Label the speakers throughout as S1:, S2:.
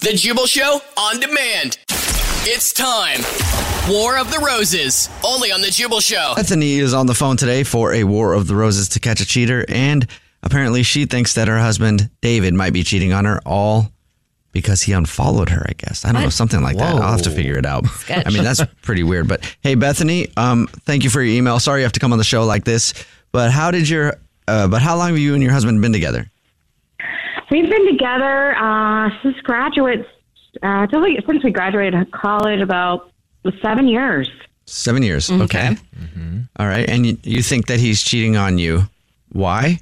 S1: The Jubal Show on demand. It's time. War of the Roses, only on The Jubal Show.
S2: Bethany is on the phone today for a War of the Roses to catch a cheater, and apparently she thinks that her husband David might be cheating on her all because he unfollowed her. I guess I don't know something like that. I'll have to figure it out.
S3: Sketch.
S2: I mean that's pretty weird. But hey, Bethany, um, thank you for your email. Sorry you have to come on the show like this, but how did your uh, but how long have you and your husband been together?
S4: We've been together uh, since graduates, uh, till we, since we graduated college, about seven years.
S2: Seven years. Okay. All right, and you, you think that he's cheating on you? Why?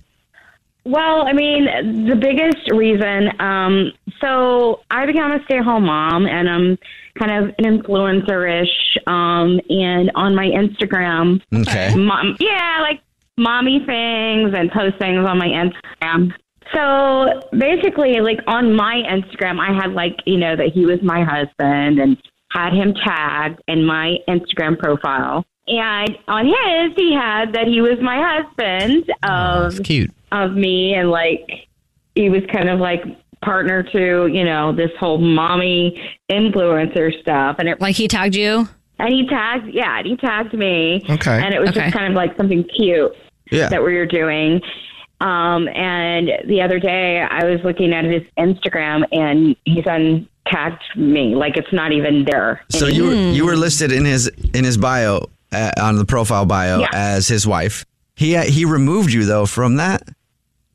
S4: Well, I mean, the biggest reason. Um, so I became a stay-at-home mom, and I'm kind of an influencer-ish. Um, and on my Instagram,
S2: Okay.
S4: mom, yeah, like mommy things and post things on my Instagram. So basically, like on my Instagram, I had like you know that he was my husband and had him tagged in my Instagram profile, and on his he had that he was my husband of
S3: It's cute.
S4: of me and like he was kind of like partner to you know this whole mommy influencer stuff and it
S3: Like he tagged you.
S4: and he tagged yeah and he tagged me
S2: Okay.
S4: and it was
S3: Okay.
S4: just kind of like something cute
S2: Yeah.
S4: that we were doing um and the other day i was looking at his instagram and he's untagged me like it's not even there
S2: So you were, you were listed in his in his bio uh, on the profile bio
S4: Yeah.
S2: as his wife. He he removed you though from that.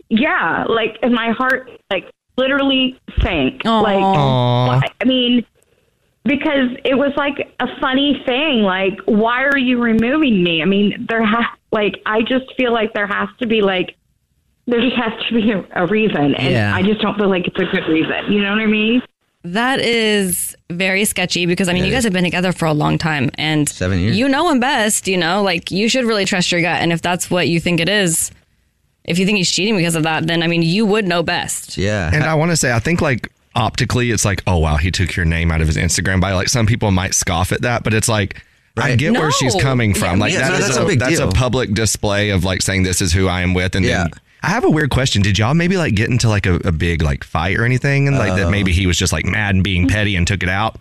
S4: yeah like and my heart like literally sank
S3: Aw.
S4: like why- i mean because it was like a funny thing like why are you removing me i mean there has like i just feel like there has to be like there just has to be a, a reason and
S3: Yeah.
S4: i just don't feel like it's a good reason you know what i mean
S3: That is very sketchy because I mean, you guys have been together for a long time and
S2: Seven years.
S3: You know him best, you know, like you should really trust your gut. And if that's what you think it is, if you think he's cheating because of that, then I mean, you would know best.
S2: Yeah.
S5: And I want to say, I think like optically, it's like, oh wow, he took your name out of his Instagram bio. Like some people might scoff at that, but it's like. I
S2: Right.
S5: get where she's
S3: No.
S5: coming from.
S3: Yeah,
S5: like
S3: yeah,
S5: that
S2: no,
S5: is
S2: that's
S5: a,
S2: a big
S5: that's
S2: deal.
S5: a public display of like saying this is who I am with. And then
S2: Yeah.
S5: I have a weird question. Did y'all maybe like get into like a, a big like fight or anything? And like
S2: Uh.
S5: that maybe he was just like mad and being petty and took it out.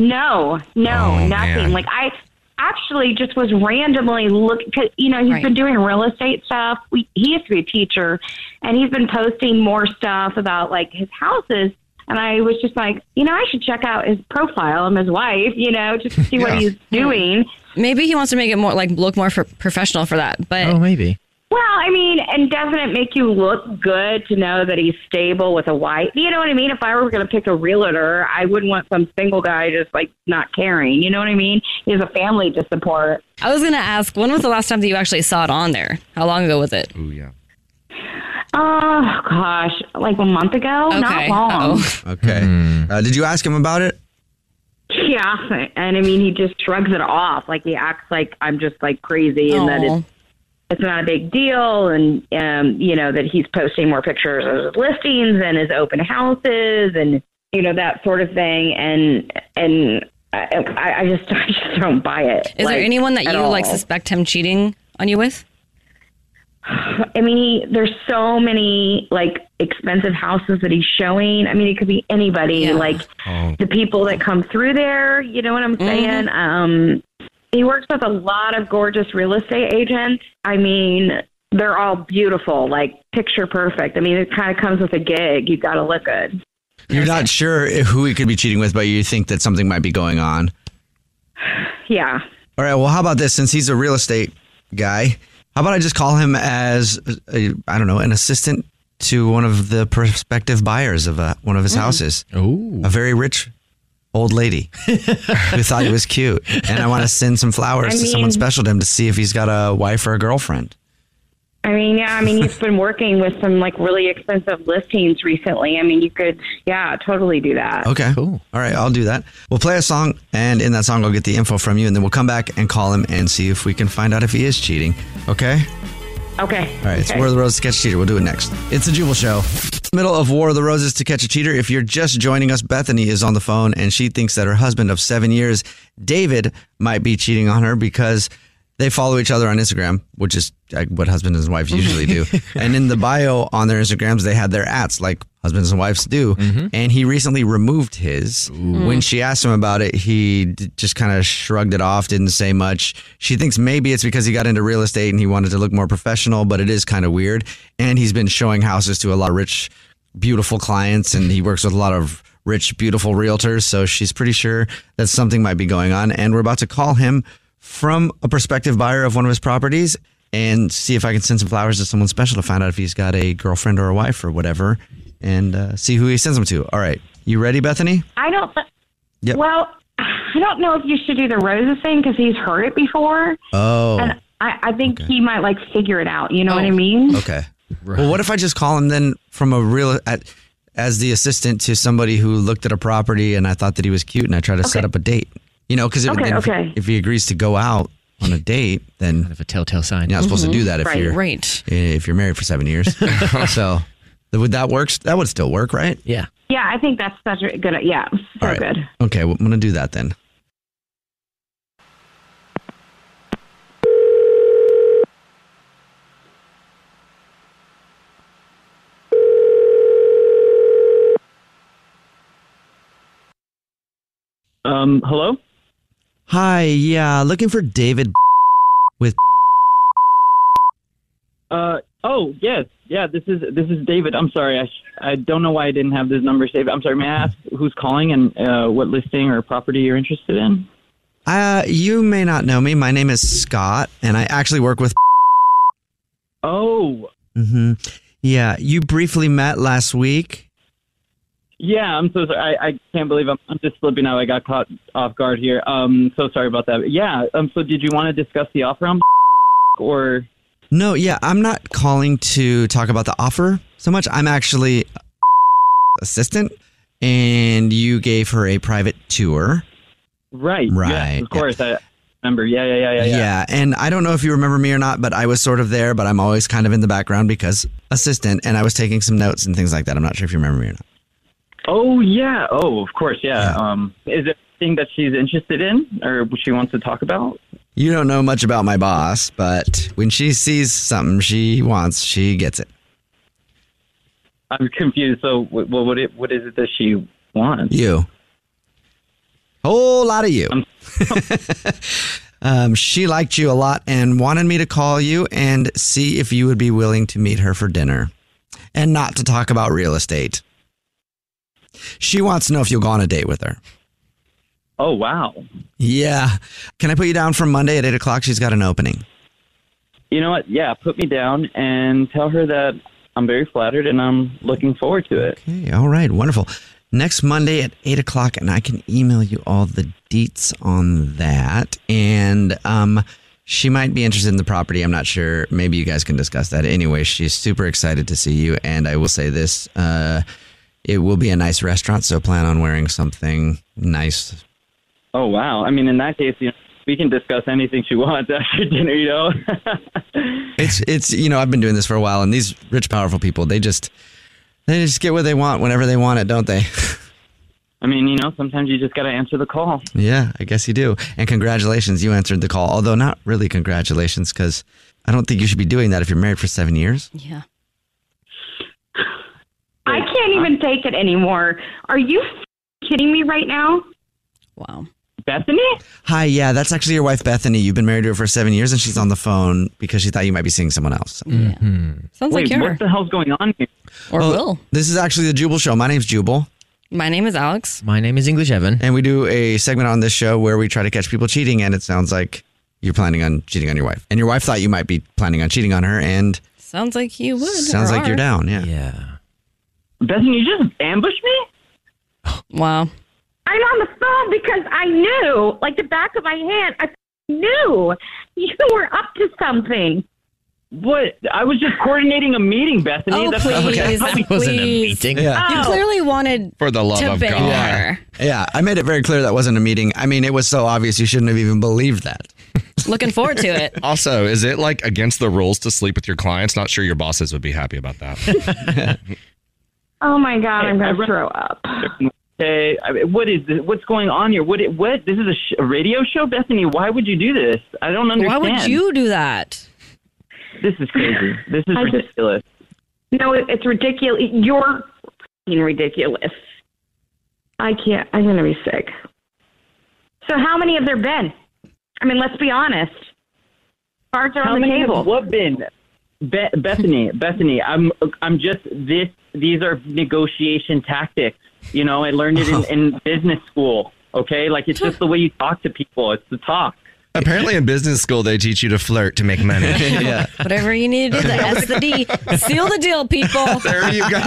S4: No, no,
S5: Oh,
S4: nothing.
S5: man.
S4: Like I actually just was randomly look. Cause, you know, he's
S3: Right.
S4: been doing real estate stuff. We, he used to be a teacher, and he's been posting more stuff about like his houses. And I was just like, you know, I should check out his profile. I'm his wife, you know, just to see what
S5: Yeah.
S4: he's doing.
S3: Maybe he wants to make it more like look more for professional for that. But
S6: Oh, maybe.
S4: Well, I mean, and doesn't it make you look good to know that he's stable with a wife? You know what I mean? If I were going to pick a realtor, I wouldn't want some single guy just like not caring. You know what I mean? He has a family to support.
S3: I was going to ask, when was the last time that you actually saw it on there? How long ago was it?
S5: Ooh, yeah.
S4: Oh gosh, like a month ago, Oh, not long.
S3: Uh-oh.
S2: okay. Uh, did you ask him about it?
S4: Yeah, and I mean he just shrugs it off, like he acts like I'm just like crazy, and that
S3: Aw.
S4: it's it's not a big deal and um, you know that he's posting more pictures of his listings and his open houses and you know that sort of thing and and I, I I just I just don't buy it.
S3: Is there
S4: like,
S3: anyone that
S4: at
S3: you like
S4: all.
S3: suspect him cheating on you with?
S4: I mean, he, there's so many like expensive houses that he's showing. I mean, it could be anybody,
S3: Yeah.
S4: like
S2: Oh.
S4: the people that come through there. You know what I'm saying? Um, he works with a lot of gorgeous real estate agents. I mean, they're all beautiful, like picture perfect. I mean, it kind of comes with a gig. You've got to look good.
S2: You're not sure who he could be cheating with, but you think that something might be going on.
S4: Yeah.
S2: All right. Well, how about this? Since he's a real estate guy, how about I just call him as a, I don't know an assistant to one of the prospective buyers of uh one of
S4: Hmm.
S2: his houses,
S6: Oh,
S2: a very rich old lady who thought he was cute, and I want to send some flowers
S4: I
S2: to someone
S4: mean-
S2: special to him to see if he's got a wife or a girlfriend.
S4: I mean, yeah. I mean, he's been working with some like really expensive listings recently. I mean, you could, yeah, totally do that.
S2: Okay. Cool. All right. I'll do that. We'll play a song, and in that song, I'll get the info from you, and then we'll come back and call him and see if we can find out if he is cheating. Okay.
S4: Okay.
S2: All right, it's
S4: okay.
S2: War of the Roses to Catch a Cheater. We'll do it next. It's a Jubal Show. Middle of War of the Roses to Catch a Cheater. If you're just joining us, Bethany is on the phone and she thinks that her husband of seven years, David, might be cheating on her because they follow each other on Instagram, which is like, what husbands and wives usually do. and in the bio on their Instagrams, they had their ats like husbands and wives do. And he recently removed his. When she asked him about it, he d- just kind of shrugged it off, didn't say much. She thinks maybe it's because he got into real estate and he wanted to look more professional, but it is kind of weird. And he's been showing houses to a lot of rich, beautiful clients, and he works with a lot of rich, beautiful realtors. So she's pretty sure that something might be going on. And we're about to call him from a prospective buyer of one of his properties and see if I can send some flowers to someone special to find out if he's got a girlfriend or a wife or whatever and uh, see who he sends them to. All right. You ready, Bethany?
S4: I don't. Th-
S2: Yep.
S4: Well, I don't know if you should do the roses thing because he's heard it before,
S2: Oh,
S4: and I, I think he might like figure it out. You know
S7: Oh.
S4: what I mean?
S2: okay. Well, what if I just call him then from a real at, as the assistant to somebody who looked at a property and I thought that he was cute and I tried to set up a date? You know, because
S4: Okay,
S2: if,
S4: okay.
S2: if he agrees to go out on a date, then
S6: kind of a telltale sign.
S2: You're not supposed to do that if
S4: Mm-hmm. Right,
S2: you're eh,
S3: Right.
S2: if you're married for seven years. so th- would that works? That would still work, right?
S6: Yeah.
S4: Yeah, I think that's such a good. Yeah, so
S2: All right.
S4: good.
S2: Okay, well, I'm gonna do that then.
S7: Um, hello?
S2: Hi, yeah, looking for David.
S7: Uh, oh, yes. Yeah, this is this is David. I'm sorry. I, sh- I don't know why I didn't have this number saved. I'm sorry. May I ask who's calling and uh, what listing or property you're interested in?
S2: Uh, you may not know me. My name is Scott, and I actually work with.
S7: Oh,
S2: hmm Yeah, you briefly met last week.
S7: yeah. I'm so sorry. I, I can't believe I'm, I'm just slipping out. I got caught off guard here. Um, so sorry about that. Yeah. Um, so did you want to discuss the offer on or?
S2: No, yeah, I'm not calling to talk about the offer so much. I'm actually assistant, and you gave her a private tour.
S7: Right. yes,
S2: Right,
S7: of course. I remember. Yeah, yeah, yeah, yeah.
S2: Yeah.
S7: yeah.
S2: And I don't know if you remember me or not, but I was sort of there, but I'm always kind of in the background because assistant and I was taking some notes and things like that. I'm not sure if you remember me or not.
S7: Oh, yeah. Oh, of course. Yeah.
S2: Yeah.
S7: Um, is there anything that she's interested in or she wants to talk about?
S2: You don't know much about my boss, but when she sees something she wants, she gets it.
S7: I'm confused. So, wh- well, what it, what is it that she wants?
S2: You. Whole lot of you.
S7: Um.
S2: um, she liked you a lot and wanted me to call you and see if you would be willing to meet her for dinner and not to talk about real estate. She wants to know if you'll go on a date with her.
S7: Oh, wow.
S2: Yeah. Can I put you down for Monday at eight o'clock? She's got an opening.
S7: You know what? Yeah, put me down and tell her that I'm very flattered and I'm looking forward to it.
S2: Okay. All right. Wonderful. Next Monday at eight o'clock, and I can email you all the deets on that. And um, she might be interested in the property. I'm not sure. Maybe you guys can discuss that. Anyway, she's super excited to see you. And I will say this: uh, it will be a nice restaurant, so plan on wearing something nice.
S7: Oh, wow. I mean, in that case, you know, we can discuss anything she wants after dinner, you know.
S2: It's it's you know I've been doing this for a while, and these rich, powerful people they just they just get what they want whenever they want it, don't they?
S7: I mean, you know, sometimes you just got to answer the call.
S2: yeah, I guess you do. And congratulations, you answered the call. Although not really congratulations, because I don't think you should be doing that if you're married for seven years.
S3: Yeah.
S4: I can't even take it anymore. Are you f- kidding me right now?
S3: Wow.
S7: Bethany?
S2: Hi, yeah, that's actually your wife Bethany. You've been married to her for seven years, and she's on the phone because she thought you might be seeing someone else.
S3: Sounds
S7: Wait,
S3: like you are.
S7: what the hell's going on here?
S3: Or
S2: Oh,
S3: will.
S2: This is actually the Jubal Show. My name's Jubal,
S3: My name is Alex.
S6: My name is English Evan.
S2: and we do a segment on this show where we try to catch people cheating. And it sounds like you're planning on cheating on your wife, and your wife thought you might be planning on cheating on her, and
S3: Sounds like you would.
S2: sounds
S3: or
S2: like you're
S3: are.
S2: down. Yeah.
S6: Yeah.
S7: Bethany, you just ambushed me?
S3: Wow.
S4: I'm on the phone because I knew, like the back of my hand, I knew you were up to something.
S7: What? I was just coordinating a meeting, Bethany.
S3: Oh,
S7: That's not-
S3: please.
S7: that's not-
S3: Please.
S6: Wasn't a meeting.
S2: Yeah.
S3: You clearly wanted
S5: For the love
S3: to
S5: of
S3: bang
S5: God.
S3: her.
S2: Yeah, I made it very clear that wasn't a meeting. I mean, it was so obvious you shouldn't have even believed that.
S3: Looking forward to it.
S5: Also, is it like against the rules to sleep with your clients? Not sure your bosses would be happy about that.
S4: Oh my God, I'm
S7: I
S4: going to
S7: re-
S4: throw up.
S7: Okay, I mean, what is this? What's going on here? What? What? This is a, sh- a radio show, Bethany. Why would you do this? I don't
S3: Why
S7: understand.
S3: would you do that?
S7: This is crazy. This is
S4: I just-
S7: ridiculous.
S4: No, it, it's ridiculous. You're fucking ridiculous. I can't. I'm going to be sick. So, how many have there been? I mean, let's be honest. Cards are
S7: How
S4: on the
S7: many have
S4: table.
S7: What been? Be- Bethany, Bethany, I'm I'm just this. These are negotiation tactics. You know, I learned it in, in business school. Okay, like it's just the way you talk to people. It's the talk.
S5: Apparently, in business school, they teach you to flirt to make money.
S2: yeah.
S3: Whatever you need to do, the S, the D. Seal the deal, people.
S5: there you go.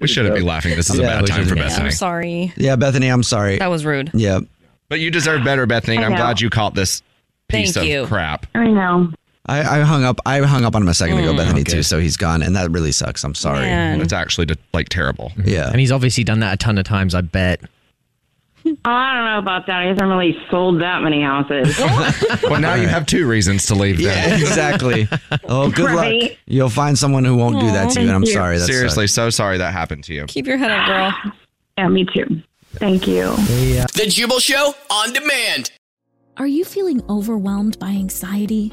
S5: we shouldn't be laughing. This is
S2: Yeah,
S5: a bad
S2: we
S5: time for
S2: shouldn't.
S5: Bethany.
S3: I'm sorry.
S2: Yeah, Bethany, I'm sorry.
S3: That was rude.
S2: Yeah.
S5: But you deserve better, Bethany, and
S4: I
S5: I'm
S4: know.
S5: glad you caught this piece
S3: Thank
S5: of
S3: you.
S5: crap.
S4: I know.
S2: I, I hung up I hung up on him a second
S4: Mm,
S2: ago, Bethany too, so he's gone and that really sucks. I'm sorry.
S3: Man.
S5: It's actually like terrible.
S2: Yeah.
S6: And he's obviously done that a ton of times, I bet.
S4: I don't know about that. I haven't really sold that many houses.
S5: Well, now you have two reasons to leave.
S2: Yeah,
S5: Then.
S2: exactly. Oh, good luck.
S4: Right.
S2: You'll find someone who won't do that to you, and I'm
S4: Thank you.
S2: sorry. That's
S5: Seriously, so sorry that happened to you.
S3: Keep your head up, girl.
S4: yeah, me too. Thank you.
S1: The Jubal Show on demand.
S8: Are you feeling overwhelmed by anxiety,